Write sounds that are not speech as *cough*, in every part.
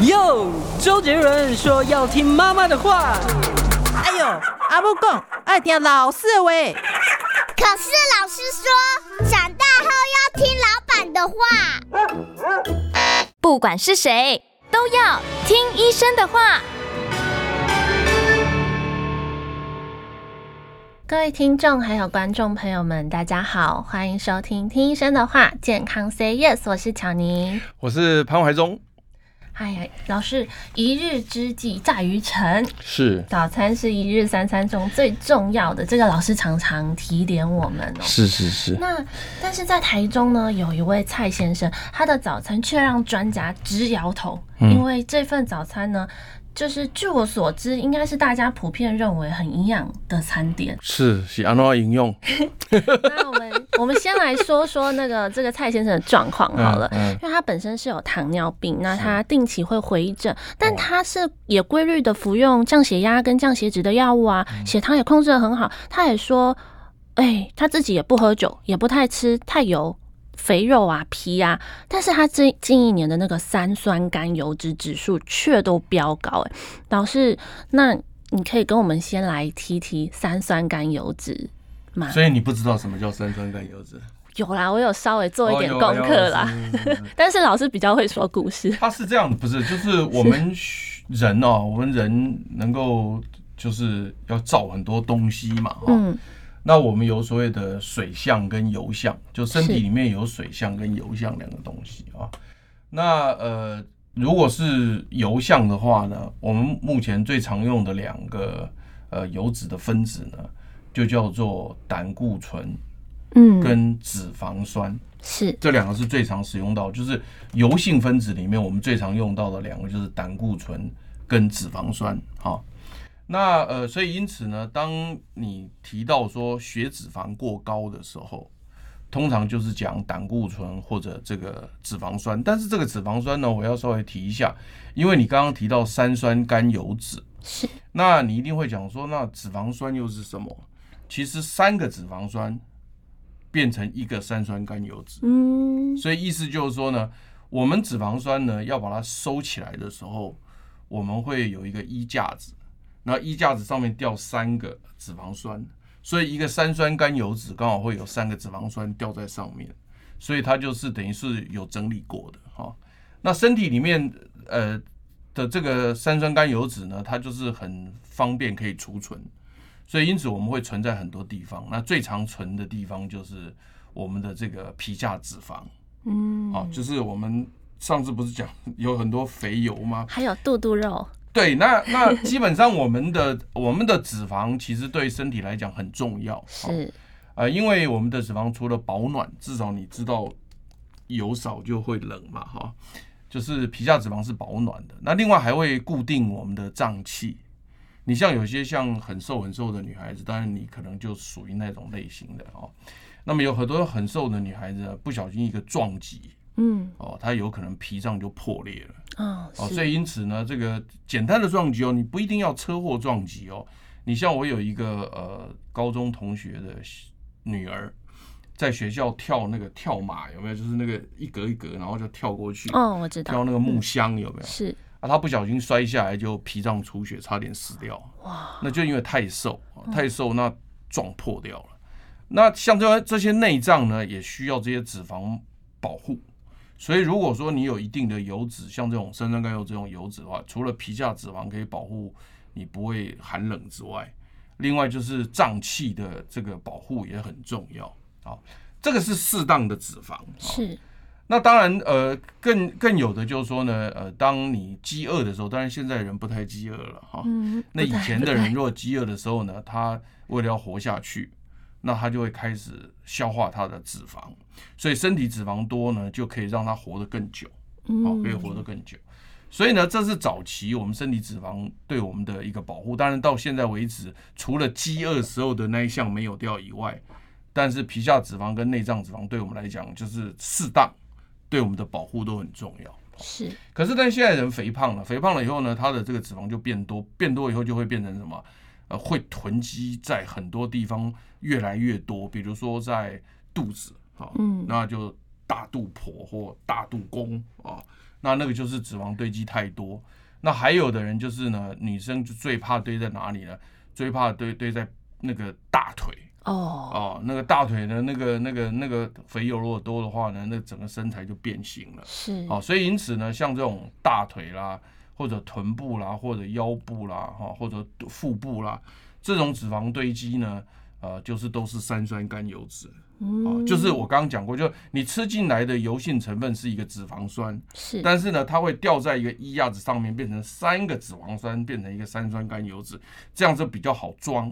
哟，周杰伦说要听妈妈的话。哎呦，阿母讲爱听老师的话。可是老师说，长大后要听老板的话。不管是谁，都要听医生的话。各位听众还有观众朋友们，大家好，欢迎收听《听医生的话》，健康 Say Yes，我是巧妮，我是潘怀忠。哎呀，老师，一日之计在于晨，是早餐是一日三餐中最重要的，这个老师常常提点我们哦。是是是。那但是在台中呢，有一位蔡先生，他的早餐却让专家直摇头，嗯、因为这份早餐呢。就是据我所知，应该是大家普遍认为很营养的餐点。是是，安诺饮用。那我们 *laughs* 我们先来说说那个这个蔡先生的状况好了，嗯嗯、因为他本身是有糖尿病，那他定期会回诊，但他是也规律的服用降血压跟降血脂的药物啊，嗯、血糖也控制的很好。他也说，哎、欸，他自己也不喝酒，也不太吃太油。肥肉啊、皮啊，但是他近近一年的那个三酸甘油脂指数却都飙高哎、欸，老师，那你可以跟我们先来提提三酸甘油脂吗？所以你不知道什么叫三酸甘油脂？有啦，我有稍微做一点功课啦，哦、但是老师比较会说故事。他是这样，不是就是我们人哦、喔，我们人能够就是要造很多东西嘛，嗯。那我们有所谓的水相跟油相，就身体里面有水相跟油相两个东西啊。那呃，如果是油相的话呢，我们目前最常用的两个呃油脂的分子呢，就叫做胆固醇，嗯，跟脂肪酸。是这两个是最常使用到，就是油性分子里面我们最常用到的两个就是胆固醇跟脂肪酸，哈。那呃，所以因此呢，当你提到说血脂肪过高的时候，通常就是讲胆固醇或者这个脂肪酸。但是这个脂肪酸呢，我要稍微提一下，因为你刚刚提到三酸甘油脂，是，那你一定会讲说，那脂肪酸又是什么？其实三个脂肪酸变成一个三酸甘油脂，嗯，所以意思就是说呢，我们脂肪酸呢要把它收起来的时候，我们会有一个衣架子。那衣架子上面掉三个脂肪酸，所以一个三酸甘油脂刚好会有三个脂肪酸掉在上面，所以它就是等于是有整理过的哈、哦。那身体里面呃的这个三酸甘油脂呢，它就是很方便可以储存，所以因此我们会存在很多地方。那最常存的地方就是我们的这个皮下脂肪，嗯，啊、哦，就是我们上次不是讲有很多肥油吗？ *laughs* 还有肚肚肉。对，那那基本上我们的我们的脂肪其实对身体来讲很重要，是，呃，因为我们的脂肪除了保暖，至少你知道油少就会冷嘛，哈，就是皮下脂肪是保暖的。那另外还会固定我们的脏器。你像有些像很瘦很瘦的女孩子，当然你可能就属于那种类型的哦。那么有很多很瘦的女孩子不小心一个撞击。嗯，哦，它有可能脾脏就破裂了，哦，哦，所以因此呢，这个简单的撞击哦，你不一定要车祸撞击哦。你像我有一个呃高中同学的女儿，在学校跳那个跳马有没有？就是那个一格一格，然后就跳过去，哦，我知道，跳那个木箱有没有？是啊，她不小心摔下来就脾脏出血，差点死掉。哇，那就因为太瘦，哦太瘦那撞破掉了。那像这这些内脏呢，也需要这些脂肪保护。所以，如果说你有一定的油脂，像这种三酸甘油这种油脂的话，除了皮下脂肪可以保护你不会寒冷之外，另外就是脏器的这个保护也很重要。好，这个是适当的脂肪。是。那当然，呃，更更有的就是说呢，呃，当你饥饿的时候，当然现在人不太饥饿了哈。嗯。那以前的人如果饥饿的时候呢，他为了要活下去。那它就会开始消化它的脂肪，所以身体脂肪多呢，就可以让它活得更久，嗯好、哦，可以活得更久。所以呢，这是早期我们身体脂肪对我们的一个保护。当然，到现在为止，除了饥饿时候的那一项没有掉以外，但是皮下脂肪跟内脏脂肪对我们来讲，就是适当对我们的保护都很重要。是。可是，但现在人肥胖了，肥胖了以后呢，它的这个脂肪就变多，变多以后就会变成什么？呃，会囤积在很多地方，越来越多，比如说在肚子啊，嗯，那就大肚婆或大肚公啊，那那个就是脂肪堆积太多。那还有的人就是呢，女生就最怕堆在哪里呢？最怕堆堆在那个大腿哦，哦，那个大腿呢，那个那个那个肥油如果多的话呢，那整个身材就变形了。是好、所以因此呢，像这种大腿啦，或者臀部啦，或者腰部啦，哈、或者腹部啦，这种脂肪堆积呢，呃，就是都是三酸甘油脂。嗯哦，就是我刚刚讲过，就你吃进来的油性成分是一个脂肪酸，是，但是呢，它会掉在一个衣架子上面，变成三个脂肪酸，变成一个三酸甘油脂，这样就比较好装。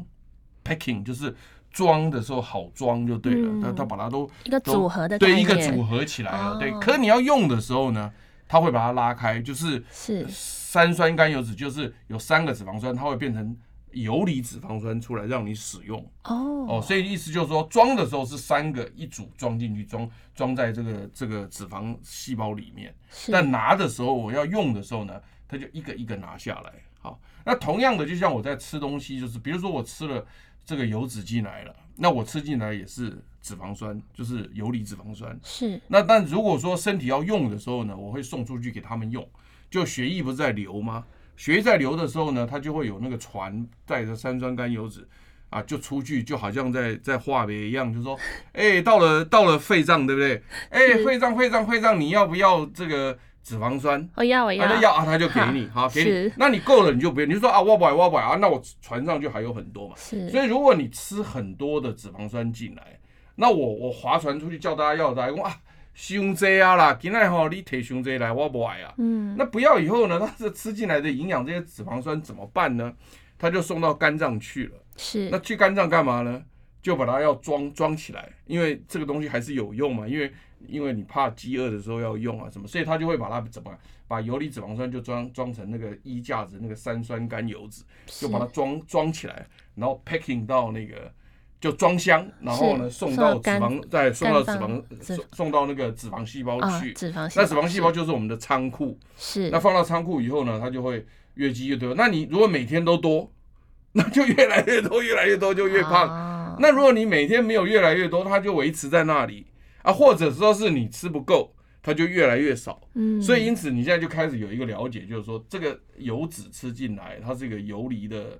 packing 就是装的时候好装就对了，它它把它都一个都嗯组合的概对一念个组合起来了，对哦。可是你要用的时候呢，它会把它拉开，就是是三酸甘油脂，就是有三个脂肪酸，它会变成游离脂肪酸出来让你使用。哦，哦，所以意思就是说，装的时候是三个一组装进去，装装在这个这个脂肪细胞里面。是但拿的时候，我要用的时候呢，它就一个一个拿下来。好，那同样的，就像我在吃东西，就是比如说我吃了这个油脂进来了，那我吃进来也是脂肪酸，就是游离脂肪酸。是那但如果说身体要用的时候呢，我会送出去给他们用。就血液不是在流吗？血液在流的时候呢，它就会有那个船带着三酸甘油脂啊，就出去，就好像在在化别一样，就说，哎、到了到了肺脏，对不对？哎、肺脏肺脏肺脏，你要不要这个脂肪酸？我要我啊，那要要啊，他就给你，好给你哎是。那你够了，你就不用，你就说啊，我不要我不要啊，那我船上就还有很多嘛。是所以如果你吃很多的脂肪酸进来，那我我划船出去叫大家要，大家讲啊，胸这啊啦，今天吼你提胸这来，我不爱啊。嗯那不要以后呢，它这吃进来的营养这些脂肪酸怎么办呢？它就送到肝脏去了。是那去肝脏干嘛呢？就把它要装装起来，因为这个东西还是有用嘛，因为因为你怕饥饿的时候要用啊什么，所以它就会把它怎么把游离脂肪酸就装装成那个衣架子那个三酸甘油脂，就把它装装起来，然后 packing 到那个就装箱，然后呢是送送到到脂肝肪再送到脂肝肪呃脏脂送送到那个脂肪细胞啊去，，脂肪细那胞，脂肪细胞就是我们的仓库，是那放到仓库以后呢，它就会越积越多。那你如果每天都多，那就越来越多，越来越多，就越胖。啊那如果你每天没有越来越多，它就维持在那里啊，或者说是你吃不够，它就越来越少。嗯，所以因此你现在就开始有一个了解，就是说这个油脂吃进来，它是一个游离的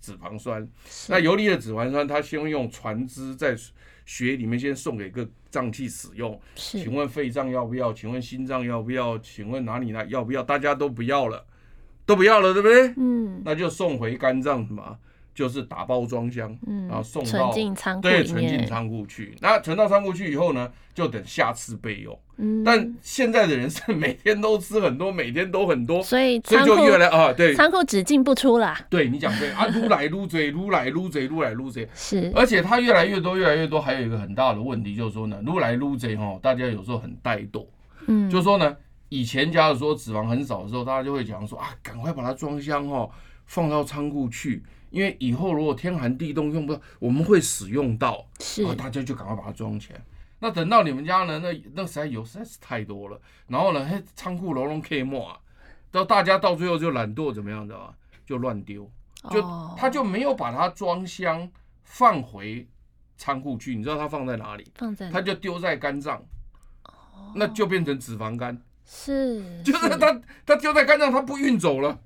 脂肪酸。是那游离的脂肪酸，它先用船只在血里面先送给各脏器使用，是请问肺脏要不要？请问心脏要不要？请问哪里呢？要不要？大家都不要了，都不要了，对不对？嗯那就送回肝脏什么？就是打包装箱，嗯，然后送存到进仓库对里存进面，仓库去。那存到仓库去以后呢，就等下次备用。嗯但现在的人是每天都吃很多，每天都很多，所以所以仓就库越来啊，对仓库只进不出啦，对，你讲对啊，撸来撸嘴，撸来撸嘴，撸来撸嘴。是而且它越来越多，越来越多，还有一个很大的问题就是说呢，撸来撸贼哈，大家有时候很怠惰，嗯就是说呢，以前假如说脂肪很少的时候，大家就会讲说啊，赶快把它装箱哦，放到仓库去，因为以后如果天寒地冻用不到，我们会使用到，是然后大家就赶快把它装起来。那等到你们家呢，那那实在油实在是太多了，然后呢，嘿，仓库牢笼 K 末啊，到大家到最后就懒惰怎么样的啊，就乱丢。就哦他就没有把它装箱放回仓库去，你知道它放在哪里？放在它哪就丢在肝脏，那就变成脂肪肝，*laughs* 是就是它它丢在肝脏，它不运走了。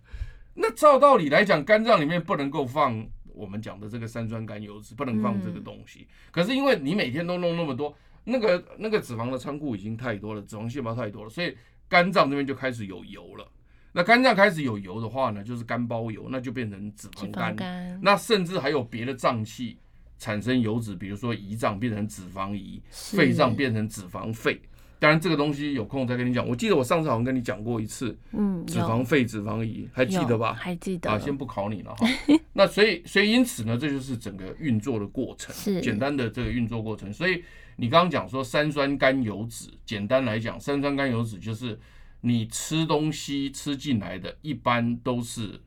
那照道理来讲，肝脏里面不能够放我们讲的这个三酸甘油脂，不能放这个东西。可是因为你每天都弄那么多，那个那个脂肪的仓库已经太多了，脂肪细胞太多了，所以肝脏这边就开始有油了。那肝脏开始有油的话呢，就是肝包油，那就变成脂脂肪肪肝。肝，那甚至还有别的脏器产生油脂，比如说胰脏变成脂肪胰，是肺脏变成脂肪肺。当然，这个东西有空再跟你讲。我记得我上次好像跟你讲过一次嗯脂有肪肺、脂肪胰，还记得有吧？还记得啊，先不考你了哈。 *laughs* 那所以，所以因此呢，这就是整个运作的过程，是简单的这个运作过程。所以你刚刚讲说三酸甘油脂，简单来讲，三酸甘油脂就是你吃东西吃进来的，一般都是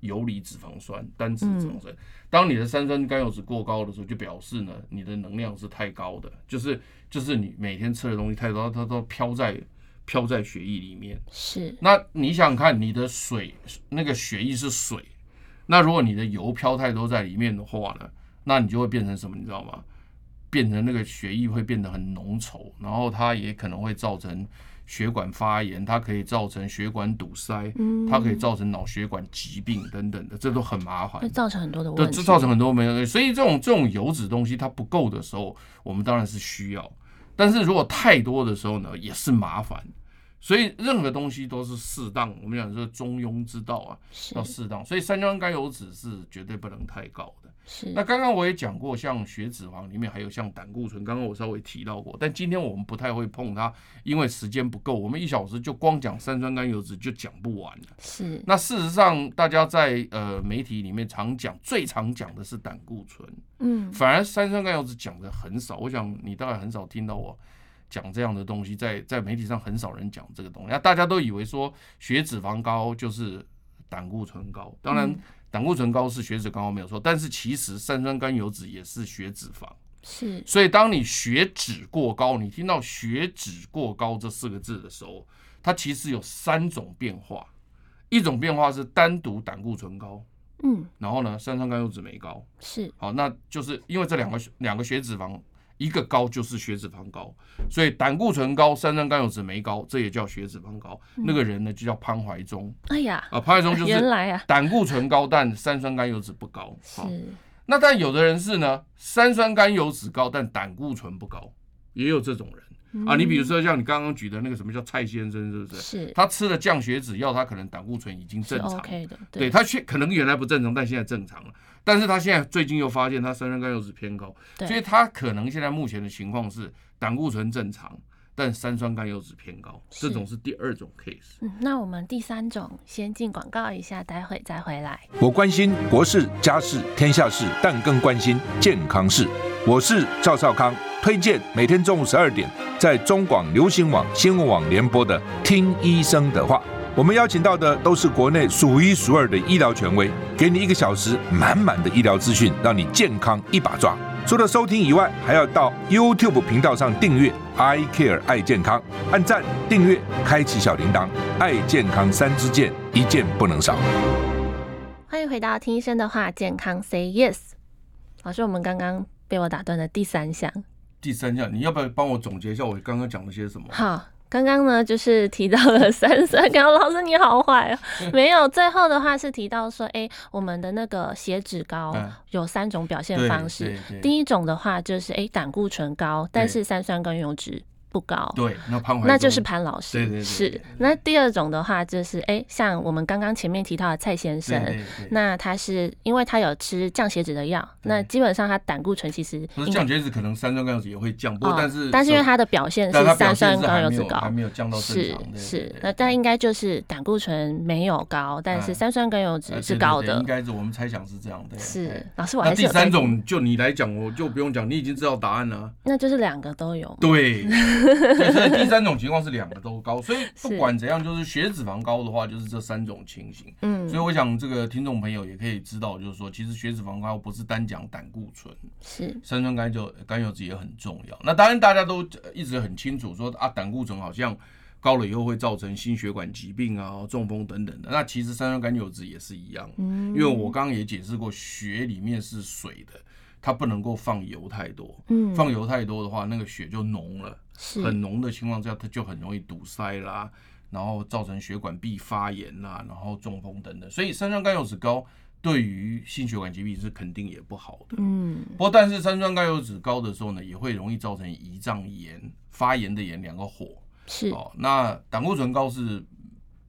游离脂肪酸、单质脂肪嗯酸。当你的三酸甘油脂过高的时候，就表示呢，你的能量是太高的，就是就是你每天吃的东西太多，它都飘在飘在血液里面。是那你想想看，你的水那个血液是水，那如果你的油漂太多在里面的话呢，那你就会变成什么？你知道吗？变成那个血液会变得很浓稠，然后它也可能会造成血管发炎，它可以造成血管堵塞，它可以造成脑血管疾病等等的，这都很麻烦会。造成很多的对，问题，这啊造成很多没有，所以这种这种油脂东西它不够的时候，我们当然是需要，但是如果太多的时候呢，也是麻烦。所以任何东西都是适当，我们讲说中庸之道啊，是要适当。所以三焦甘油脂是绝对不能太高的。是那刚刚我也讲过，像血脂肪里面还有像胆固醇，刚刚我稍微提到过，但今天我们不太会碰它，因为时间不够，我们一小时就光讲三酸甘油脂就讲不完了。是那事实上，大家在呃媒体里面常讲，最常讲的是胆固醇，嗯反而三酸甘油脂讲的很少。我想你大概很少听到我讲这样的东西，在在媒体上很少人讲这个东西。那大家都以为说血脂肪高就是胆固醇高，当然胆固醇高是血脂高没有错，但是其实三酸甘油脂也是血脂肪。是所以当你血脂过高，你听到血脂过高这四个字的时候，它其实有三种变化，一种变化是单独胆固醇高，嗯然后呢三酸甘油脂没高，是好，那就是因为这两个两个血脂肪。一个高就是血脂肪高，所以胆固醇高、三酸甘油脂没高，这也叫血脂肪高。那个人呢就叫潘怀忠哎呀，啊，潘怀忠就原是来嗯啊胆固醇高，但三酸甘油脂不高。好是那但有的人是呢，三酸甘油脂高，但胆固醇不高，也有这种嗯人啊。你比如说像你刚刚举的那个什么叫蔡先生，是不是？是他吃了降血脂药，他可能胆固醇已经是正常， OK 的，对他现可能原来不正常，但现在正常了。但是他现在最近又发现他三酸甘油脂偏高，对所以他可能现在目前的情况是胆固醇正常，但三酸甘油脂偏高，这是种是第二种 case。嗯，那我们第三种先进广告一下，待会再回来。我关心国事、家事、天下事，但更关心健康事。我是赵少康，推荐每天中午十二点在中广流行网、新闻网联播的《听医生的话》。我们邀请到的都是国内数一数二的医疗权威，给你一个小时满满的医疗资讯，让你健康一把抓。除了收听以外，还要到 YouTube 频道上订阅 “I Care 爱健康”，按赞、订阅、开启小铃铛，爱健康三支箭，一件不能少。欢迎回到听医生的话，健康 Say Yes。老师，我们刚刚被我打断的第三项，第三项，你要不要帮我总结一下我刚刚讲了些什么？好，刚刚呢就是提到了三酸甘油，老师你好坏哦，没有，最后的话是提到说，哎、我们的那个血脂高嗯有三种表现对方式，对对第一种的话就是哎、诶胆固醇高，但对是三酸甘油脂不高，对，那潘怀那就是忠潘老师，对对对对是对。那第二种的话就是，哎、像我们刚刚前面提到的蔡先生，对对对那他是因为他有吃降血脂的药，对那基本上他胆固醇其实不是应该降血脂，可能三酸甘油脂也会降，不过哦但是但是因为它的表现但它是表三现酸是甘还油没脂有高还，没有降到正是常，对是对，那对但应该就是胆固醇没有高，但是嗯三酸甘油呃脂对是对高对的应，该是我们猜想是这样，对。是对老师我那还是第有三在种就你来讲，我就不用讲，你已经知道答案了。啊那就是两个都有 *laughs* 嘛，对，对所以第三种情况是两个都高，所以不 *laughs* 是管怎样，就是血脂肪高的话，就是这三种情形。所以嗯，我想这个听众朋友也可以知道，就是说，其实血脂肪高不是单讲胆固醇，是三酸甘油甘油脂也很重要。那当然大家都呃一直很清楚说啊，胆固醇好像高了以后会造成心血管疾病啊、中风等等的。那其实三酸甘油脂也是一样，因为我刚刚也解释过，血里面是水的，它不能够放油太多。嗯放油太多的话，那个血就浓了，是很浓的情况下，它就很容易堵塞啦，然后造成血管壁发炎啦，然后中风等等。所以三酸甘油脂高对于心血管疾病是肯定也不好的。嗯不过，但是三酸甘油脂高的时候呢，也会容易造成胰脏炎、发炎的炎两个火是哦。那胆固醇高是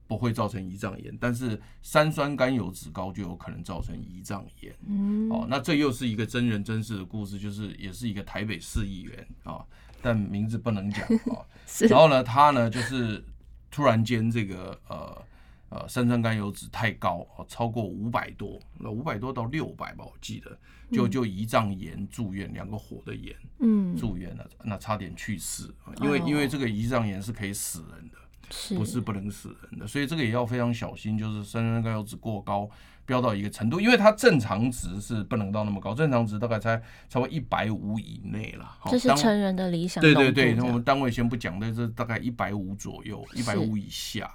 不会造成胰脏炎，但是三酸甘油脂高就有可能造成胰脏炎。嗯哦，那这又是一个真人真事的故事，就是也是一个台北市议员啊、哦但名字不能讲啊。哦 *laughs* 是然后呢，他呢就是突然间这个呃呃三酸甘油脂太高哦，超过五百多，那五百多到六百吧，我记得就就胰脏炎住院，两个火的炎嗯住院了，那差点去世，啊因为哦因为这个胰脏炎是可以死人的。是不是不能死人的，所以这个也要非常小心，就是三酸甘油脂过高飙到一个程度，因为它正常值是不能到那么高，正常值大概才差不多一百五以内了。好这是当成人的理想对浓度对这对，样，那我们单位先不讲，但是大概一百五左右，一百五以下。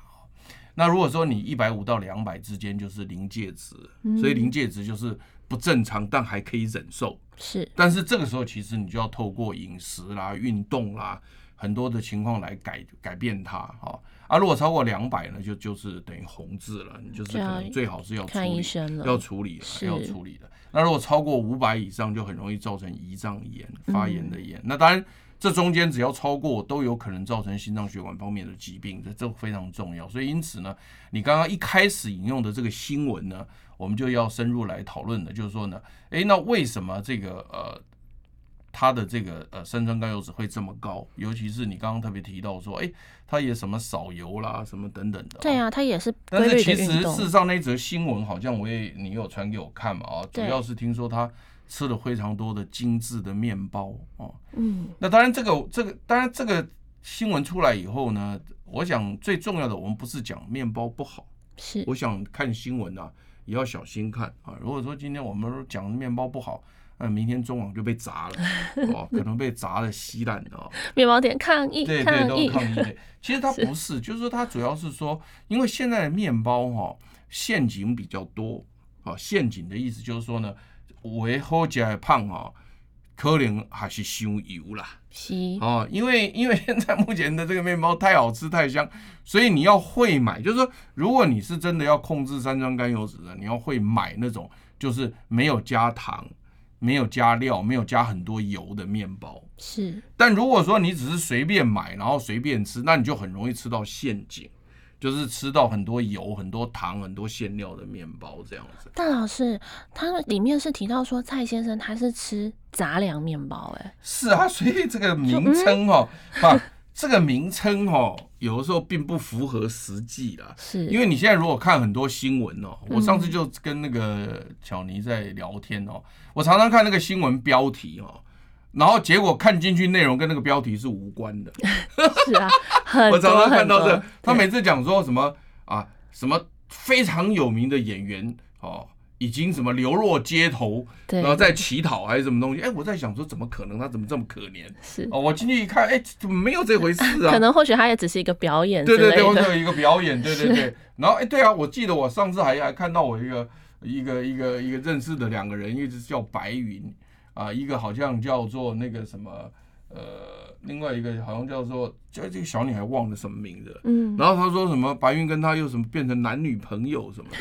那如果说你一百五到两百之间就是临界值，嗯所以临界值就是不正常，但还可以忍受。是但是这个时候，其实你就要透过饮食啦、运动啦，很多的情况来改改变它哈。啊，如果超过两百呢，就就是等于红字了，你就是可能最好是要处看医理，生了要处理了，是要处理的。那如果超过五百以上，就很容易造成胰脏炎、发炎嗯的炎。那当然，这中间只要超过，都有可能造成心脏血管方面的疾病，这这非常重要。所以因此呢，你刚刚一开始引用的这个新闻呢，我们就要深入来讨论的，就是说呢，诶，那为什么这个呃它的这个呃三酸甘油酯会这么高？尤其是你刚刚特别提到说，诶，它也什么少油啦，什么等等的、对。啊，它也是规但是律的其实运事实动，上那一则新闻好像我也你有传给我看嘛啊，主对要是听说他吃了非常多的精致的面包哦。嗯，那当然这个这个当然这个新闻出来以后呢，我想最重要的我们不是讲面包不好，是我想看新闻啊也要小心看啊。如果说今天我们讲面包不好，那明天中网就被砸 *laughs* 了哦，可能被砸了稀烂的哦。面包点抗议，对对，抗都议是，抗议类。其实它不 *laughs* 是，就是说它主要是说，因为现在的面包哈、陷阱比较多啊。陷阱的意思就是说呢，为好食的胖哦，可能还是伤油啦。 *laughs* 吸哦，因为因为现在目前的这个面包太好吃太香，所以你要会买。就是说，如果你是真的要控制三酸甘油酯的，你要会买那种就是没有加糖、没有加料、没有加很多油的面包。是但如果说你只是随便买，然后随便吃，那你就很容易吃到陷阱，就是吃到很多油、很多糖、很多馅料的面包这样子。但老师，他们里面是提到说蔡先生他是吃杂粮面包、欸，哎，是啊，所以这个名称哦， *laughs* 把这个名称哦，有的时候并不符合实际啦。是因为你现在如果看很多新闻哦，嗯我上次就跟那个巧妮在聊天哦，我常常看那个新闻标题哦，然后结果看进去内容跟那个标题是无关的。是 *laughs* 啊， *laughs* 很我常多常看很到多，这，他每次讲说什么啊，什么非常有名的演员哦，已经什么流落街头，对然后在乞讨还是什么东西？哎，我在想说怎么可能？他怎么这么可怜？是哦，我进去一看，哎，怎么没有这回事啊？ *laughs* 可能或许他也只是一个表演之对对类对，我的，有一个表 *laughs* 演，对对对。然后哎，对啊，我记得我上次还还看到我一个一个一个一个认识的两个人，一个是叫白云啊，一个好像叫做那个什么呃，另外一个好像叫做就这个小女孩忘了什么名字了。嗯，然后他说什么白云跟他又什么变成男女朋友什么的，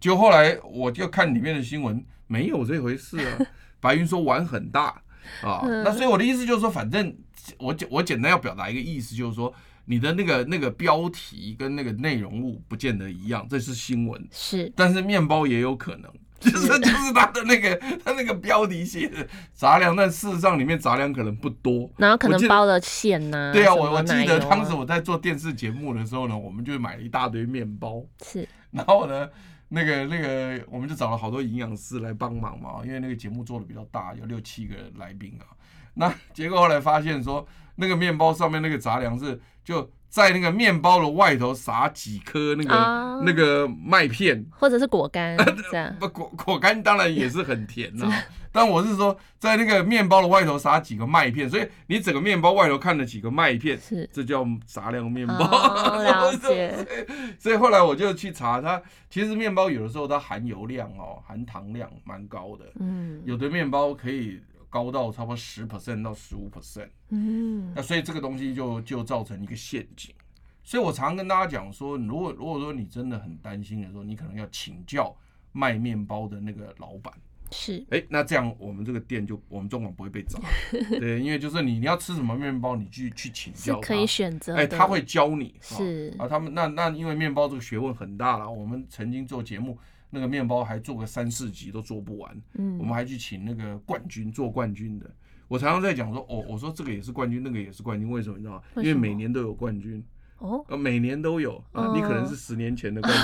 就后来我就看里面的新闻，没有这回事啊。白云说玩很大 *laughs* 啊，嗯那所以我的意思就是说，反正我简我简单要表达一个意思，就是说你的那个那个标题跟那个内容物不见得一样，这是新闻，是但是面包也有可能。就是就是他的那个他那个标题写的杂粮，但事实上里面杂粮可能不多，然后可我能记得包了馅呐、对啊，什么我我记奶油得啊当时我在做电视节目的时候呢，我们就买了一大堆面包，是然后呢，那个那个我们就找了好多营养师来帮忙嘛，因为那个节目做的比较大，有六七个来宾啊。那 *laughs* 结果后来发现说，那个面包上面那个杂粮是就在那个面包的外头撒几颗那个、啊那个麦片，或者是 *laughs* 果干这样，不果果干当然也是很甜 *laughs* 呐、但我是说，在那个面包的外头撒几个麦片，所以你整个面包外头看了几个麦片，是这叫杂粮面包。 *laughs* 哦了解所以后来我就去查它，其实面包有的时候它含油量哦，含糖量蛮高的，嗯有的面包可以高到差不多十 percent 到十五 percent。嗯，那所以这个东西就就造成一个陷阱。所以我常跟大家讲说，如果如果说你真的很担心的时候，你可能要请教卖面包的那个老板。是哎，那这样我们这个店就我们中广不会被 *laughs* 砸。对，因为就是你你要吃什么面包，你去去请是教他。可以选择的，哎，他会教你。啊是啊，他们那那因为面包这个学问很大啦，我们曾经做节目，那个面包还做个三四集都做不完。我嗯们还去请那个冠军做冠军的。我常常在讲说，哦，我说这个也是冠军，那个也是冠军，为什么你知道吗？因为为什么每年都有冠军，哦， *laughs* 呃，每年都有啊，哦你可能是十年前的冠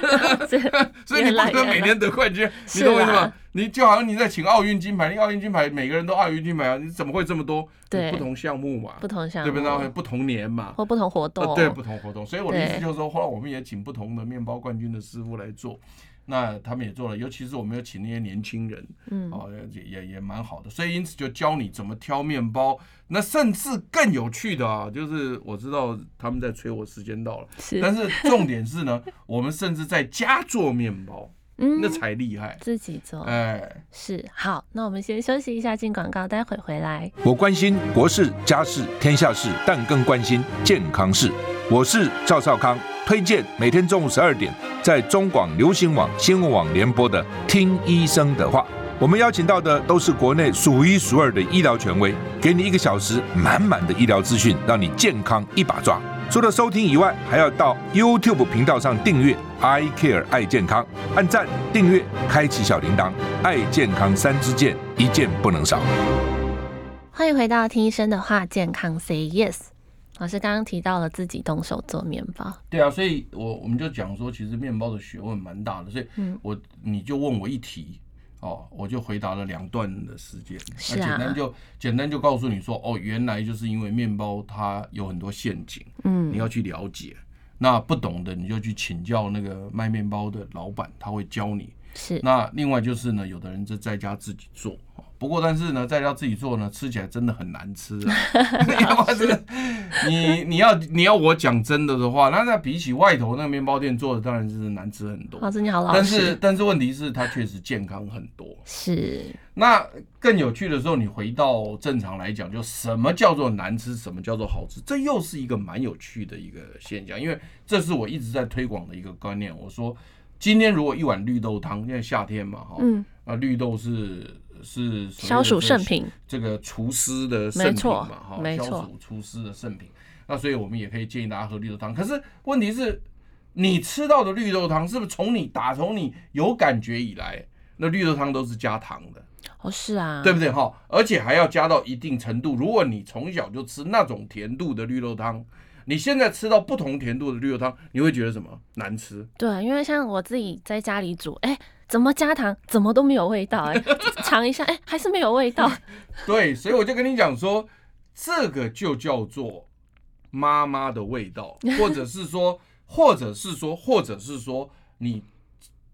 *laughs* 这军，所以你原来不能原每来年得冠军，你是啊懂我意思吗啦？你就好像你在请奥运金牌，你奥运金牌每个人都奥运金牌啊，你怎么会这么多？对不同项目嘛，*laughs* 不同项对不对？目不同年嘛，或不同活动，呃，对，不同活动。所以我的意思对就是说，后来我们也请不同的面包冠军的师傅来做，那他们也做了，尤其是我们有请那些年轻人，嗯哦，也也也蛮好的。所以因此就教你怎么挑面包。那甚至更有趣的啊，就是我知道他们在催我时间到了，是但是重点是呢，我们甚至在家做面包。嗯哦那才厉害。自己做哎，是好。那我们先休息一下，进广告，待会回来。我关心国事、家事、天下事，但更关心健康事。我是赵少康，推荐每天中午十二点在中广流行网、新闻网联播的《听医生的话》。我们邀请到的都是国内数一数二的医疗权威，给你一个小时满满的医疗资讯，让你健康一把抓。除了收听以外，还要到 YouTube 频道上订阅 “I Care 爱健康”，按赞、订阅、开启小铃铛，爱健康三支箭，一件不能少。欢迎回到听医生的话，健康 Say Yes。老师刚刚提到了自己动手做面包，对啊，所以我我们就讲说，其实面包的学问蛮大的，所以嗯我你就问我一题。哦，我就回答了两段的时间，是那啊简单就简单就告诉你说，哦，原来就是因为面包它有很多陷阱，你嗯，要去了解。那不懂的你就去请教那个卖面包的老板，他会教你。是那另外就是呢，有的人就在家自己做，哦不过但是呢，在家自己做呢，吃起来真的很难吃 *laughs* 啊。 *laughs* 你要把这个，你你要你要我讲真的的话，那那比起外头那个面包店做的，当然是难吃很多老。师你好，老但是师但是问题是，它确实健康很多。是那更有趣的时候，你回到正常来讲，就什么叫做难吃，什么叫做好吃，这又是一个蛮有趣的一个现象，因为这是我一直在推广的一个观念。我说，今天如果一碗绿豆汤，因为夏天嘛，哈，嗯，那绿豆是是哦所谓的消暑这圣品，这个厨师的圣没品错嘛，哈，没错消暑厨师的圣品。那所以我们也可以建议大家喝绿豆汤，可是问题是，你吃到的绿豆汤是不是从你打从你有感觉以来，那绿豆汤都是加糖的？哦是啊，对不对哈？而且还要加到一定程度。如果你从小就吃那种甜度的绿豆汤，你现在吃到不同甜度的绿豆汤，你会觉得什么难吃？对，因为像我自己在家里煮，哎，怎么加糖，怎么都没有味道，哎， *laughs* 尝一下，哎，还是没有味 *laughs* 道，对，所以我就跟你讲说，这个就叫做妈妈的味道，或者是说，或者是说，或者是说，你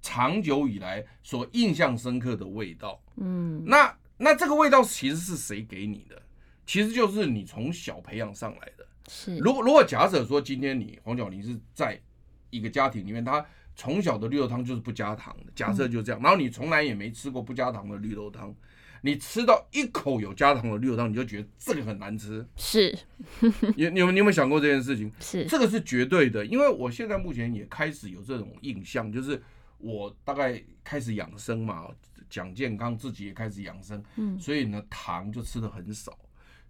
长久以来所印象深刻的味道。嗯，那那这个味道其实是谁给你的？其实就是你从小培养上来的。是，如果如果假设说今天你黄晓玲是在一个家庭里面，她从小的绿豆汤就是不加糖的，假设就这样，然后你从来也没吃过不加糖的绿豆汤，你吃到一口有加糖的绿豆汤，你就觉得这个很难吃。是你你有你有没有想过这件事情？是这个是绝对的，因为我现在目前也开始有这种印象，就是我大概开始养生嘛，讲健康，自己也开始养生，嗯，所以呢，糖就吃的很少，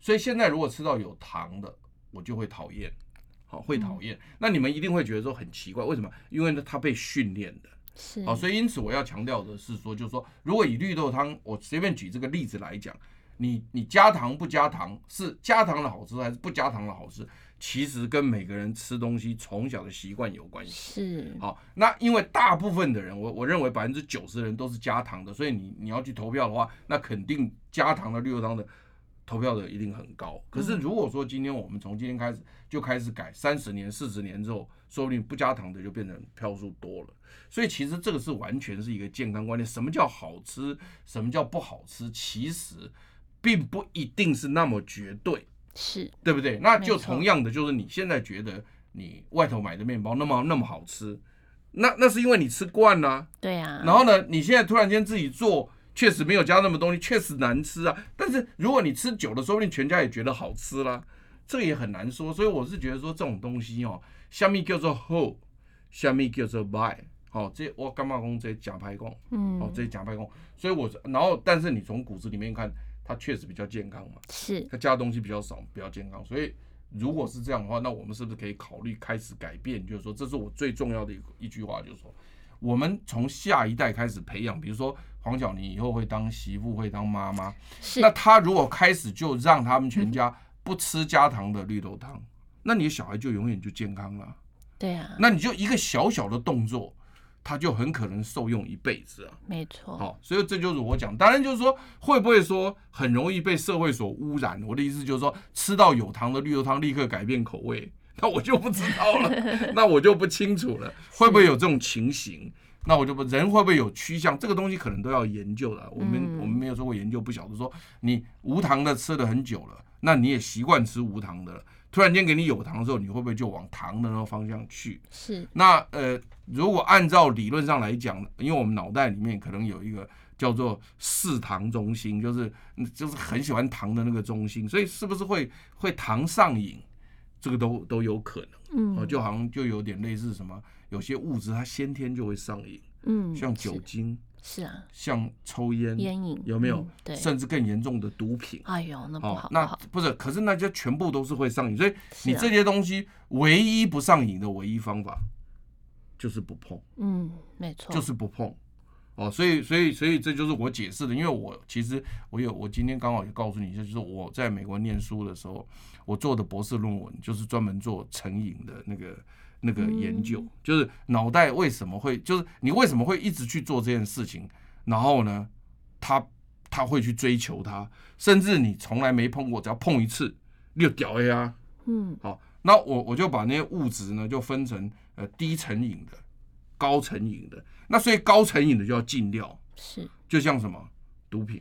所以现在如果吃到有糖的，我就会讨厌，好，会讨厌。那你们一定会觉得说很奇怪，为什么？因为呢，它被训练的，是，哦好，所以因此我要强调的是说，就是说，如果以绿豆汤，我随便举这个例子来讲，你你加糖不加糖，是加糖的好吃还是不加糖的好吃，其实跟每个人吃东西从小的习惯有关系。是好，那因为大部分的人，我我认为百分之九十的人都是加糖的，所以你你要去投票的话，那肯定加糖的绿豆汤的投票的一定很高。可是如果说今天我们从今天开始就开始改，三十年、四十年之后，说不定不加糖的就变成票数多了。所以其实这个是完全是一个健康观念。什么叫好吃，什么叫不好吃，其实并不一定是那么绝对。是，对不对？那没就错同样的，就是你现在觉得你外头买的面包那么那么好吃，那那是因为你吃惯了、对啊，然后呢，你现在突然间自己做，确实没有加那么东西，确实难吃啊。但是如果你吃久了，说不定全家也觉得好吃啦，这个也很难说。所以我是觉得说这种东西哦，下面叫做好，下面叫做歹。好、这我干嘛讲这假拍讲？嗯哦，这假拍讲。所以我是，然后但是你从骨子里面看，它确实比较健康嘛。是它加的东西比较少，比较健康。所以如果是这样的话，那我们是不是可以考虑开始改变？就是说，这是我最重要的一个一句话，就是说，我们从下一代开始培养，比如说黄晓玲以后会当媳妇，会当妈妈，是那她如果开始就让他们全家不吃加糖的绿豆汤，那你的小孩就永远就健康了。对啊，那你就一个小小的动作，他就很可能受用一辈子啊。没错，好，所以这就是我讲，当然就是说，会不会说很容易被社会所污染？我的意思就是说，吃到有糖的绿豆汤立刻改变口味，那我就不知道了，那我就不清楚了，会不会有这种情形？那我就不人会不会有趋向？这个东西可能都要研究的。我们、我们没有做过研究，不晓得说你无糖的吃了很久了，那你也习惯吃无糖的了，突然间给你有糖的时候，你会不会就往糖的那个方向去？是那呃，如果按照理论上来讲，因为我们脑袋里面可能有一个叫做嗜糖中心，就是就是很喜欢糖的那个中心，所以是不是会会糖上瘾，这个都都有可能。嗯哦，就好像就有点类似什么，有些物质它先天就会上瘾，嗯像酒精，是是啊，像抽烟，烟瘾有没有嗯？对甚至更严重的毒品。哎呦，那不好，不哦那好不是，可是那些全部都是会上瘾，所以你是啊这些东西唯一不上瘾的唯一方法就是不碰，嗯，没错，就是不碰。哦，所以所以所以这就是我解释的，因为我其实我有我今天刚好也告诉你，就是我在美国念书的时候，我做的博士论文就是专门做成瘾的那个那个研究，就是脑袋为什么会，就是你为什么会一直去做这件事情，然后呢，他他会去追求它，甚至你从来没碰过，只要碰一次，你就屌 A 啊，嗯，好，那我我就把那些物质呢，就分成呃低成瘾的、高成瘾的。那所以高成瘾的就要禁掉，是就像什么毒品，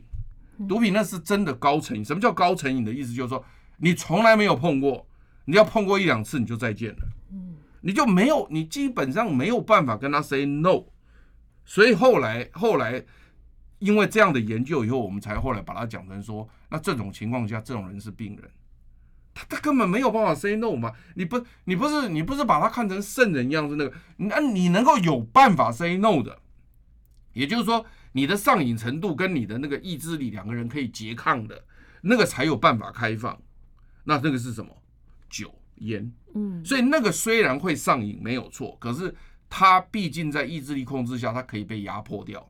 毒品那是真的高成瘾。什么叫高成瘾的意思？就是说你从来没有碰过，你要碰过一两次你就再见了，你就没有，你基本上没有办法跟他 say no。所以后来后来。因为这样的研究以后，我们才后来把它讲成说，那这种情况下，这种人是病人，他他根本没有办法 say no 嘛。你不你不是你不是把他看成圣人一样是那个，那你能够有办法 say no 的，也就是说，你的上瘾程度跟你的那个意志力两个人可以拮抗的，那个才有办法开放。那那个是什么？酒烟。嗯，所以那个虽然会上瘾没有错，可是它毕竟在意志力控制下，它可以被压迫掉。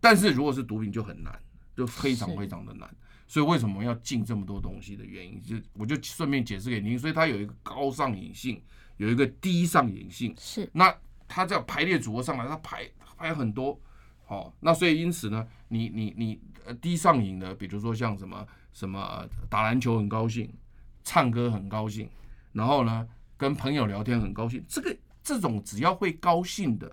但是如果是毒品就很难，就非常是非常的难。所以为什么要禁这么多东西的原因，就我就顺便解释给你听。所以它有一个高上瘾性，有一个低上瘾性。是，那它这样排列组合上来，它排排很多，好、那所以因此呢，你你你呃低上瘾的，比如说像什么什么、呃打篮球很高兴，唱歌很高兴，然后呢跟朋友聊天很高兴，这个这种只要会高兴的，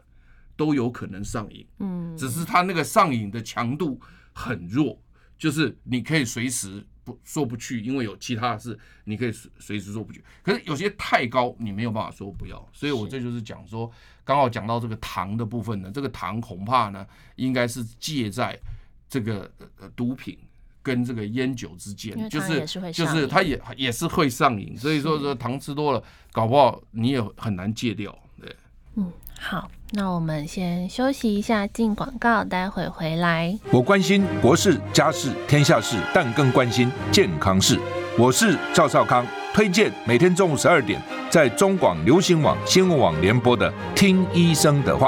都有可能上瘾。嗯，只是它那个上瘾的强度很弱，就是你可以随时不说不去，因为有其他的事你可以随随时说不去。可是有些太高，你没有办法说不要，所以我这就是讲说，刚好讲到这个糖的部分呢，这个糖恐怕呢应该是介在这个呃呃毒品。跟这个烟酒之因间，为就糖是也是会就上是瘾它也也是会上瘾，所以说说糖吃多了，搞不好你也很难戒掉。对，好，那我们先休息一下，进广告，待会回来。我关心国事、家事、天下事，但更关心健康事。我是赵少康，推荐每天中午十二点在中广流行网、新闻网联播的《听医生的话》。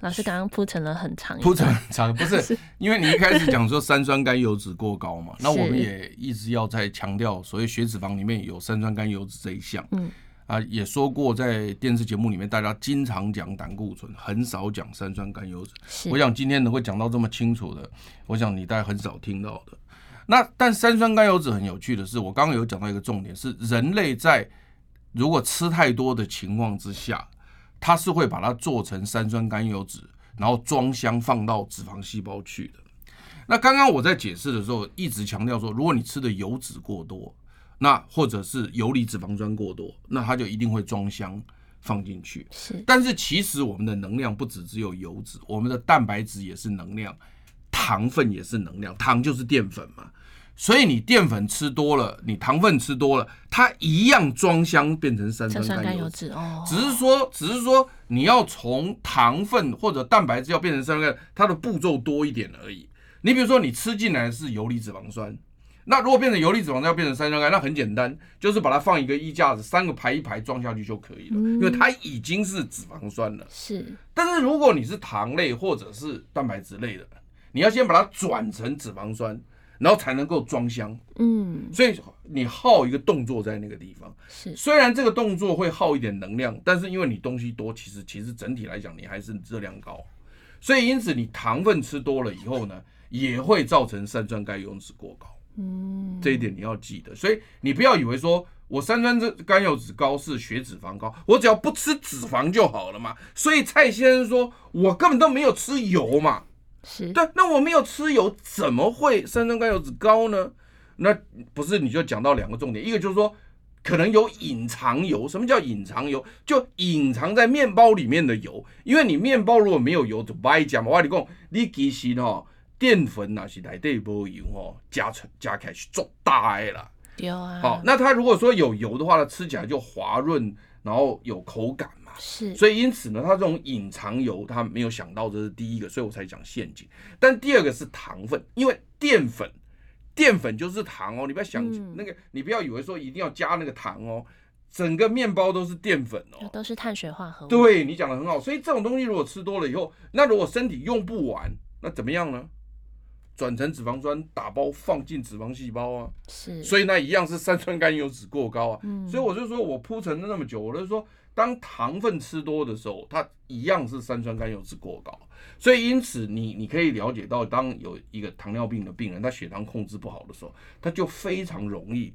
老师刚刚铺陈了很长一铺段，陈很长，不 *laughs* 是因为你一开始讲说三酸甘油脂过高嘛，那我们是也一直要在强调，所谓血脂肪里面有三酸甘油脂这一项，嗯，啊，也说过在电视节目里面，大家经常讲胆固醇，很少讲三酸甘油脂。是我想今天能够讲到这么清楚的，我想你大概很少听到的。那但三酸甘油脂很有趣的是，我刚刚有讲到一个重点，是人类在如果吃太多的情况之下，它是会把它做成三酸甘油脂，然后装箱放到脂肪细胞去的。那刚刚我在解释的时候，一直强调说，如果你吃的油脂过多，那或者是游离脂肪酸过多，那它就一定会装箱放进去。是但是其实我们的能量不只只有油脂，我们的蛋白质也是能量，糖分也是能量，糖就是淀粉嘛。所以你淀粉吃多了，你糖分吃多了，它一样装箱变成三三酸酸甘甘油油脂。脂哦，只是说，只是说你要从糖分或者蛋白质要变成三酸甘油，它的步骤多一点而已。你比如说，你吃进来的是游离脂肪酸，那如果变成游离脂肪酸要变成三酸甘，那很简单，就是把它放一个衣架子，三个排一排装下去就可以了，因为它已经是脂肪酸了。是但是如果你是糖类或者是蛋白质类的，你要先把它转成脂肪酸，然后才能够装箱。嗯所以你耗一个动作在那个地方。是虽然这个动作会耗一点能量，但是因为你东西多，其实其实整体来讲你还是热量高，所以因此你糖分吃多了以后呢，也会造成三酸甘油脂过高。嗯，这一点你要记得。所以你不要以为说我三酸这甘油脂高是血脂肪高，我只要不吃脂肪就好了嘛。所以蔡先生说，我根本都没有吃油嘛。是对，那我没有吃油，怎么会三酸甘油脂高呢？那不是你就讲到两个重点，一个就是说可能有隐藏油。什么叫隐藏油？就隐藏在面包里面的油，因为你面包如果没有油，就不爱讲嘛。我跟你讲，你其实哦，淀粉那是内底无油哦，加成加起来是足大的啦。有啊，好，那它如果说有油的话呢，吃起来就滑润，然后有口感嘛。是所以因此呢，它这种隐藏油，它没有想到这是第一个，所以我才讲陷阱。但第二个是糖分，因为淀粉，淀粉就是糖哦，你不要想、嗯那个，你不要以为说一定要加那个糖哦，整个面包都是淀粉哦。都是碳水化合物，对你讲的很好，所以这种东西如果吃多了以后，那如果身体用不完，那怎么样呢？转成脂肪酸，打包放进脂肪细胞啊。是，所以以那一样是三酸甘油脂过高啊。嗯所以我就说我铺陈了那么久，我就说当糖分吃多的时候，它一样是三酸甘油脂过高。所以因此你你可以了解到，当有一个糖尿病的病人，他血糖控制不好的时候，他就非常容易。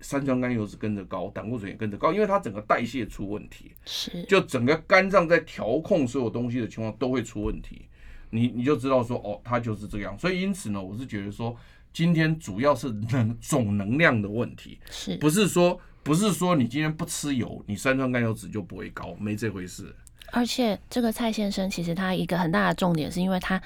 三酸甘油脂跟着高，胆固醇也跟着高，因为它整个代谢出问题。是就整个肝脏在调控所有东西的情况都会出问题，你你就知道说哦，它就是这样。所以因此呢，我是觉得说，今天主要是能总能量的问题，是不是说不是说你今天不吃油，你三酸甘油脂就不会高，没这回事。而且这个蔡先生其实他一个很大的重点是因为他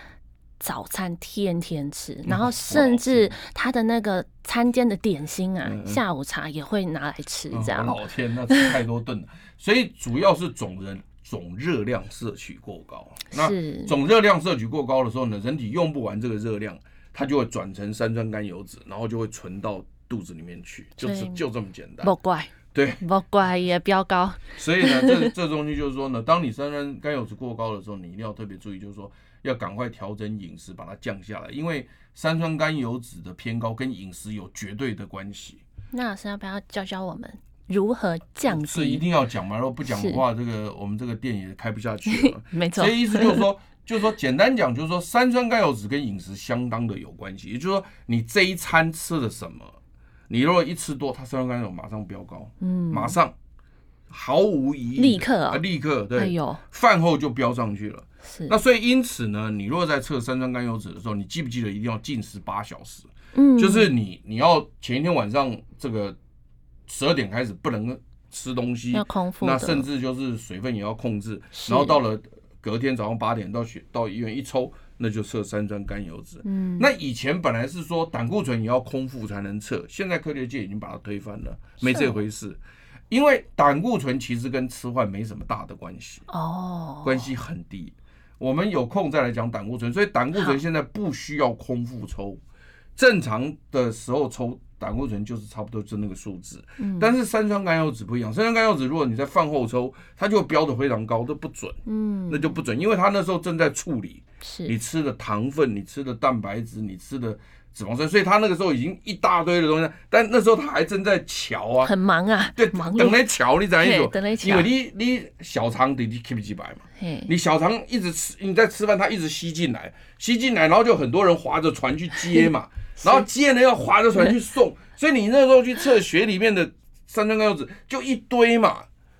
早餐天天嗯吃，然后甚至他的那个餐间的点心啊，下午茶也会拿来吃，这嗯样、我老天，那吃太多顿了。所以主要是总人总热量摄取过高。啊那是总热量摄取过高的时候呢，人体用不完这个热量，它就会转成三酸甘油脂，然后就会存到肚子里面去，就所是以就这么简单不。怪对，不怪也飙高，所以呢，这这东西就是说呢，当你三酸甘油脂过高的时候，你一定要特别注意，就是说要赶快调整饮食，把它降下来，因为三酸甘油脂的偏高跟饮食有绝对的关系。那老师要不要教教我们如何降是一低？定要讲嘛，如果不讲的话，这个我们这个店也开不下去了。 *laughs* 没错所，以意思就是说， *laughs* 就是说简单讲，就是说三酸甘油脂跟饮食相当的有关系，也就是说你这一餐吃了什么，你如果一吃多，它三酸甘油马上飙高，嗯，马上毫无疑义的，立刻哦啊立刻，对，哎呦，饭后就飙上去了。是那所以因此呢，你若在测三酸甘油脂的时候，你记不记得一定要禁食八小时？嗯就是你你要前一天晚上这个十二点开始不能吃东西，要空腹的那甚至就是水分也要控制，是然后到了隔天早上八点到学到医院一抽，那就测三酸甘油脂。嗯，那以前本来是说胆固醇也要空腹才能测，现在科学界已经把它推翻了，没这回事。因为胆固醇其实跟吃饭没什么大的关系，哦，关系很低。我们有空再来讲胆固醇，所以胆固醇现在不需要空腹抽，正常的时候抽胆固醇就是差不多就那个数字。嗯但是三酸甘油脂不一样，三酸甘油脂如果你在饭后抽，它就标的非常高，都不准，嗯，那就不准，因为它那时候正在处理你是吃的糖分、你吃的蛋白质、你吃的脂肪酸，所以它那个时候已经一大堆的东西，但那时候它还正在瞧啊，很忙啊，对，忙等碌，来瞧，你知道意思嘿吗？等来瞧因为你你小肠得你 keep 几百嘛。嘿你小肠一直吃，你在吃饭，它一直吸进来，吸进来，然后就很多人划着船去接嘛，然后接呢要划着船去送，所以你那时候去测血里面的三酸甘油脂就一堆嘛，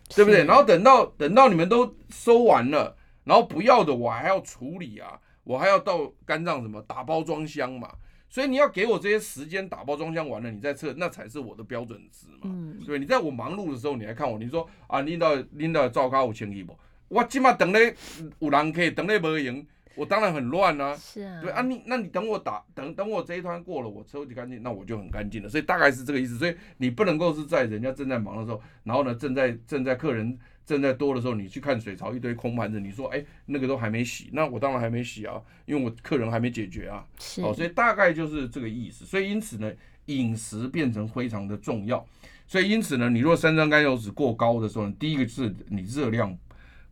对不对？然后等到等到你们都收完了，然后不要的我还要处理啊，我还要到肝脏什么打包装箱嘛。所以你要给我这些时间打包装箱完了，你再测，那才是我的标准值嘛。对不对，你在我忙碌的时候，你还看我，你说啊，领导领导照咖有清气不？我今嘛等咧有人客，等咧无赢，我当然很乱啊。是啊，对啊，你那你等我打等等我这一团过了，我抽就干净，那我就很干净了。所以大概是这个意思。所以你不能够是在人家正在忙的时候，然后呢正在正在客人正在多的时候，你去看水槽一堆空盘子，你说哎那个都还没洗，那我当然还没洗啊，因为我客人还没解决啊。是哦，所以大概就是这个意思。所以因此呢，饮食变成非常的重要。所以因此呢，你若三酸甘油脂过高的时候呢，第一个是你热量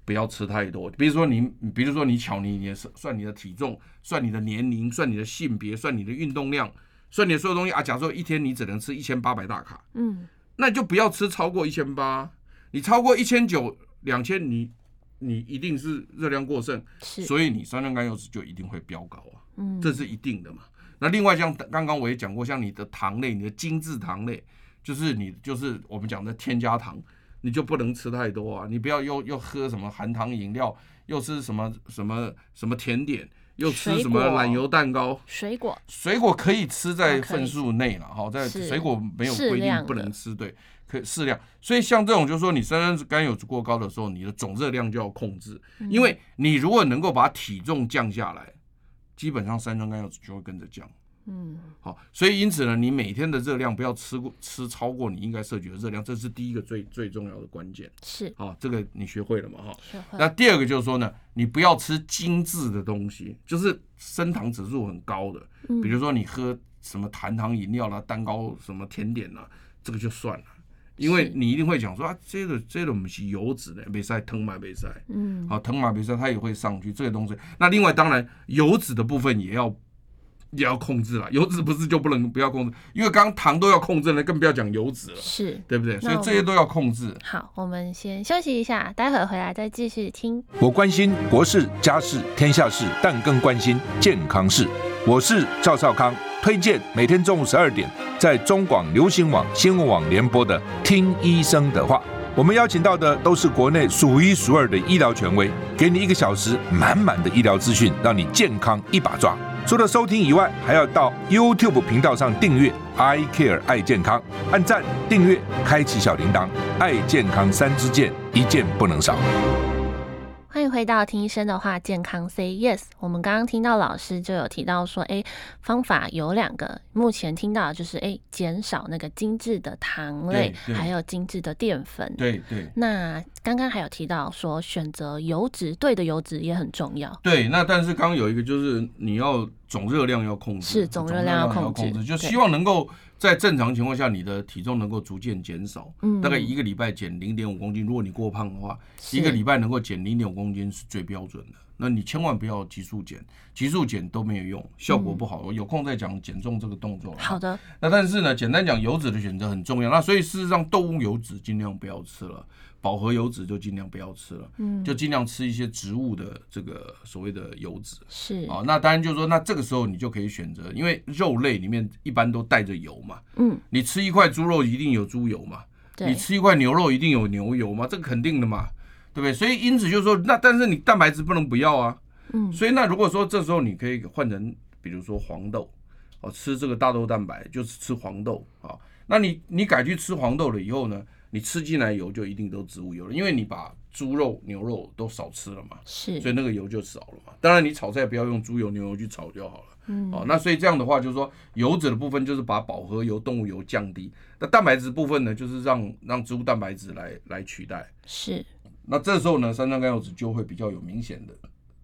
不要吃太多。比如说你，比如说你巧你你的算你的体重，算你的年龄，算你的性别，算你的运动量，算你的所有东西啊。假设一天你只能吃一千八百大卡，嗯，那你就不要吃超过一千八。你超过一千九、两千，你你一定是热量过剩，是所以你三酸甘油脂就一定会飙高啊。嗯这是一定的嘛。那另外像刚刚我也讲过，像你的糖类，你的精制糖类，就是你就是我们讲的添加糖，你就不能吃太多啊，你不要又又喝什么含糖饮料，又吃什么什么什么甜点，又吃什么水果奶油蛋糕。水果，水果可以吃在啊可以份数内了，哈，在是水果没有规适定量的不能吃，对，可适量。所以像这种，就是说你三酸甘油脂过高的时候，你的总热量就要控制，嗯因为你如果能够把体重降下来，基本上三酸甘油脂就会跟着降。嗯，好，所以因此呢，你每天的热量不要吃过吃超过你应该摄取的热量，这是第一个最最重要的关键。是好，这个你学会了嘛？哈，学会那第二个就是说呢，你不要吃精致的东西，就是升糖指数很高的，嗯比如说你喝什么含糖饮料啦、蛋糕、什么甜点啦、这个就算了，因为你一定会讲说啊，这个这个我们是油脂的，没塞藤马没塞，嗯，好藤马没塞它也会上去这个东西。那另外当然油脂的部分也要。也要控制了，油脂不是就不能不要控制，因为刚刚糖都要控制了，更不要讲油脂了，是。对不对？所以那我这些都要控制。好，我们先休息一下，待会儿回来再继续听。我关心国事、家事、天下事，但更关心健康事。我是赵少康，推荐每天中午十二点在中广流行网、新闻网联播的《听医生的话》。我们邀请到的都是国内数一数二的医疗权威，给你一个小时满满的医疗资讯，让你健康一把抓。除了收听以外，还要到 YouTube 频道上订阅 “I Care 爱健康”，按赞、订阅、开启小铃铛，爱健康三支箭，一件不能少。欢迎回到听医生的话，健康 Say Yes。我们刚刚听到老师就有提到说，哎，方法有两个，目前听到的就是哎，减少那个精致的糖类，对对还有精致的淀粉。对对那刚刚还有提到说，选择油脂对的油脂也很重要。对，那但是刚刚有一个就是你要总热量要控制，是总热量要总控制就对希望能够在正常情况下你的体重能够逐渐减少，嗯大概一个礼拜减零点五公斤，如果你过胖的话，是一个礼拜能够减零点五公斤是最标准的。那你千万不要急速减，急速减都没有用，效果不好。我有空再讲减重这个动作。嗯好。的，那但是呢，简单讲，油脂的选择很重要。那所以事实上，动物油脂尽量不要吃了，饱和油脂就尽量不要吃了，嗯，就尽量吃一些植物的这个所谓的油脂。是，哦，那当然就是说，那这个时候你就可以选择，因为肉类里面一般都带着油嘛，嗯，你吃一块猪肉一定有猪油嘛，对你，吃一块牛肉一定有牛油嘛，这个肯定的嘛，对不对？所以因此就是说，那但是你蛋白质不能不要啊。嗯所以那如果说这时候你可以换成，比如说黄豆，哦，吃这个大豆蛋白就是吃黄豆啊、哦那你你改去吃黄豆了以后呢，你吃进来油就一定都植物油了，因为你把猪肉、牛肉都少吃了嘛，是，所以那个油就少了嘛。当然你炒菜不要用猪油、牛油去炒就好了。嗯，哦，那所以这样的话，就是说油脂的部分就是把饱和油、动物油降低，那蛋白质部分呢，就是让让植物蛋白质来来取代。是，那这时候呢，三酸甘油脂就会比较有明显的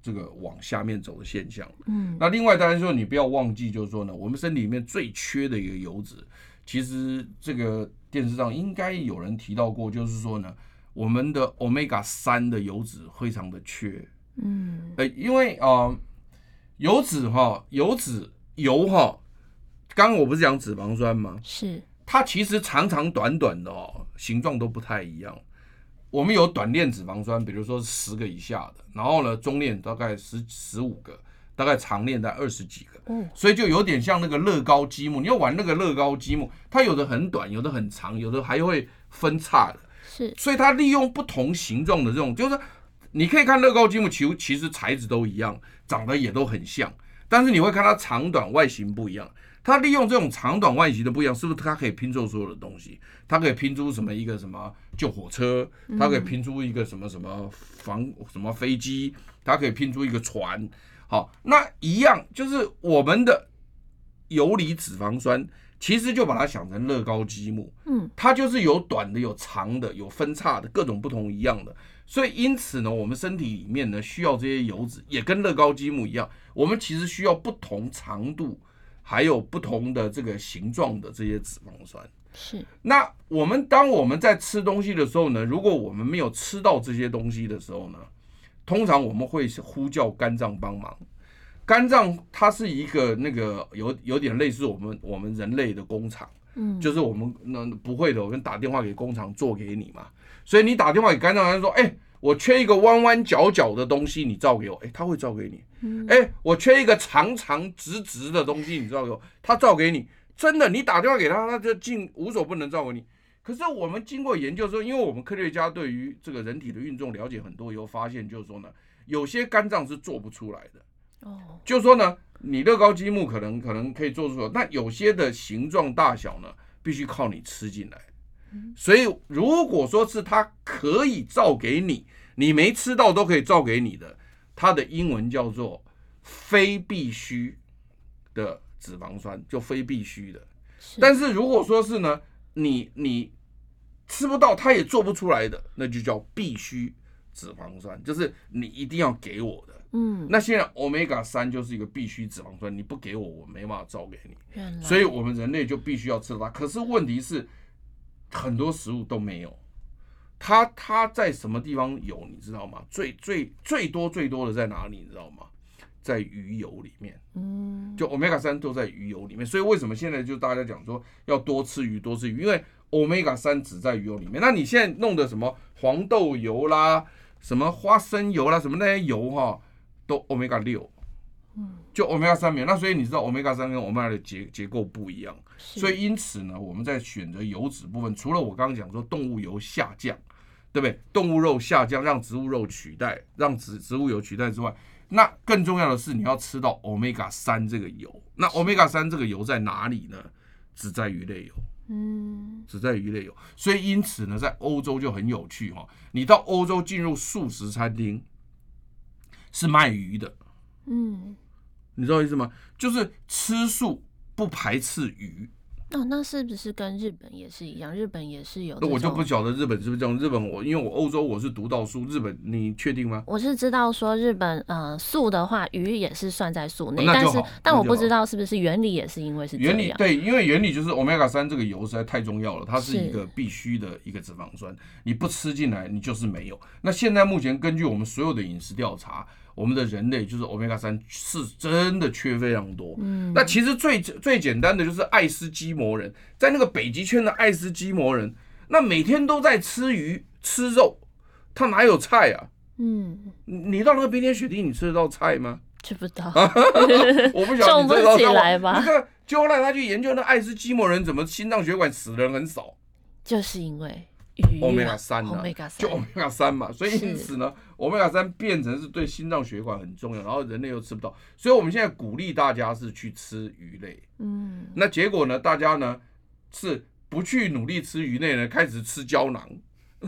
这个往下面走的现象。嗯，那另外当然说，你不要忘记，就是说呢，我们身体里面最缺的一个油脂，其实这个电视上应该有人提到过，就是说呢，我们的 omega 三的油脂非常的缺。嗯，呃，因为啊、呃油脂哈，油脂油哈，刚刚我不是讲脂肪酸吗？是，它其实长长短短的哦，形状都不太一样。我们有短链脂肪酸，比如说十个以下的，然后呢，中链大概十十五个，大概长链在二十几个，哦，所以就有点像那个乐高积木。你要玩那个乐高积木，它有的很短，有的很长，有的还会分叉的。是，所以它利用不同形状的这种，就是你可以看乐高积木，其实其实材质都一样，长得也都很像，但是你会看它长短外形不一样。它利用这种长短外形的不一样，是不是它可以拼凑所有的东西？它可以拼出什么一个什么救火车，它可以拼出一个什么什么防什么飞机，它可以拼出一个船。好，那一样就是我们的游离脂肪酸，其实就把它想成乐高积木，嗯，它就是有短的，有长的，有分叉的，各种不同一样的。所以因此呢，我们身体里面呢需要这些油脂，也跟乐高积木一样，我们其实需要不同长度，还有不同的这个形状的这些脂肪酸。是，那我们当我们在吃东西的时候呢，如果我们没有吃到这些东西的时候呢，通常我们会呼叫肝脏帮忙。肝脏它是一个那个有有点类似我们我们人类的工厂，嗯，就是我们那不会的，我们打电话给工厂做给你嘛。所以你打电话给肝脏，他就说：“哎、我缺一个弯弯角角的东西，你照给我，哎，他会照给你。哎，我缺一个长长直直的东西，你照给我，他照给你。真的，你打电话给他，他就尽无所不能照顾你。可是我们经过研究之后，因为我们科学家对于这个人体的运动了解很多，以后发现就是说呢，有些肝脏是做不出来的。哦，就是说呢，你乐高积木可能可能可以做出来，那有些的形状大小呢，必须靠你吃进来。所以如果说是它可以照给你，你没吃到都可以照给你的，它的英文叫做非必需的脂肪酸，就非必需的。但是如果说是呢，你你吃不到，它也做不出来的，那就叫必须脂肪酸，就是你一定要给我的。嗯，那现在 omega 三就是一个必需脂肪酸，你不给我，我没办法照给你，原来所以我们人类就必须要吃它。可是问题是，很多食物都没有，它它在什么地方有，你知道吗？最最最多最多的在哪里，你知道吗？在鱼油里面，嗯，就 omega 三都在鱼油里面，所以为什么现在就大家讲说要多吃鱼，多吃鱼，因为 omega 三只在鱼油里面。那你现在弄的什么黄豆油啦，什么花生油啦，什么那些油哈，都 omega 六，嗯，就 omega 三没有。那所以你知道 omega 三跟 omega 的结结构不一样，所以因此呢，我们在选择油脂部分，除了我刚刚讲说动物油下降，对不对？动物肉下降，让植物肉取代，让植植物油取代之外，那更重要的是你要吃到 omega 三这个油。那 omega 三这个油在哪里呢？只在鱼类油，嗯，只在鱼类油。所以因此呢，在欧洲就很有趣哈、哦。你到欧洲进入素食餐厅，是卖鱼的，嗯，你知道意思吗？就是吃素不排斥鱼。哦，那是不是跟日本也是一样？日本也是有，那我就不。晓得日本是不是这样。日本我因为我欧洲我是读到书，日本你确定吗？我是知道说日本呃素的话，鱼也是算在素内，哦那但就是好但那我就不知好道是不是原理也是因为是这原理样。对，因为原理就是 omega 三这个油实在太重要了，它是是一个必须的一个脂肪酸，你不吃进来你就是没有。那现在目前根据我们所有的饮食调查，我们的人类就是 omega 三是真的缺非常多。嗯，那其实最最简单的就是爱斯基摩人，在那个北极圈的爱斯基摩人，那每天都在吃鱼吃肉，他哪有菜啊？嗯，你你到那个冰天雪地，你吃得到菜吗？知不到。 *laughs* 我不晓得 *laughs* 种你不知道起吗来吧 *laughs* 你看，就后来他去研究那爱斯基摩人怎么心脏血管死的人很少就是因为鱼，omega 三啊 omega 三就 omega 三嘛，所以因此呢，omega 三变成是对心脏血管很重要，然后人类又吃不到，所以我们现在鼓励大家是去吃鱼类。 *laughs* 嗯，那结果呢，大家呢是不去努力吃鱼类呢，开始吃胶囊。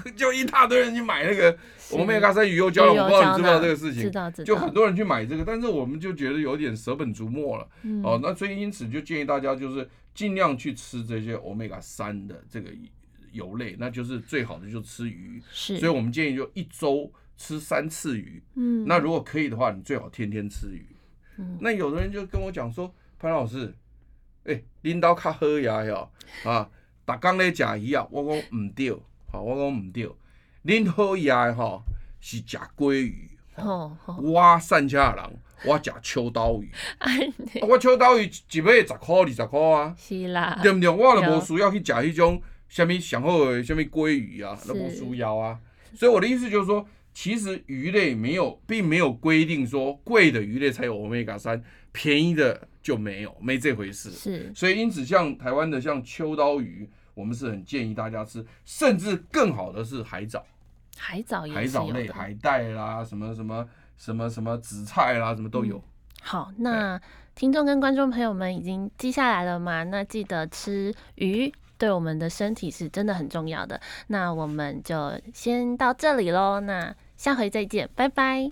*laughs* 就一大堆人去买那个欧米伽三鱼油胶囊，我不知道你知不知道这个事情？知道知道就很多人去买这个，但是我们就觉得有点舍本逐末了。嗯哦，那所以因此就建议大家就是尽量去吃这些欧米伽三的这个油类，那就是最好的就吃鱼。是，所以我们建议就一周吃三次鱼。嗯那如果可以的话，你最好天天吃鱼。那有的人就跟我讲说，潘老师，哎、领导较好呀哟，啊，逐工咧食鱼啊，我讲毋对，吼，我讲毋对，恁好呀吼是食鲑鱼，哦哦， *laughs* 我山下人我食秋刀鱼，哎，你啊我秋刀鱼一尾十箍二十箍啊，是啦，对毋对？我就对无需要去食迄种什物上好的什物鲑鱼啊，是那无需要啊。所以我的意思就是说，其实鱼类没有，并没有规定说贵的鱼类才有 omega 三，便宜的就没有，没这回事。是所以因此，像台湾的像秋刀鱼，我们是很建议大家吃，甚至更好的是海藻、海藻也海是藻有类、的。海带啦，什么什么什么什么紫菜啦，什么都有。好，那听众跟观众朋友们已经记下来了吗？那记得吃鱼。对我们的身体是真的很重要的。那我们就先到这里喽，那下回再见，拜拜。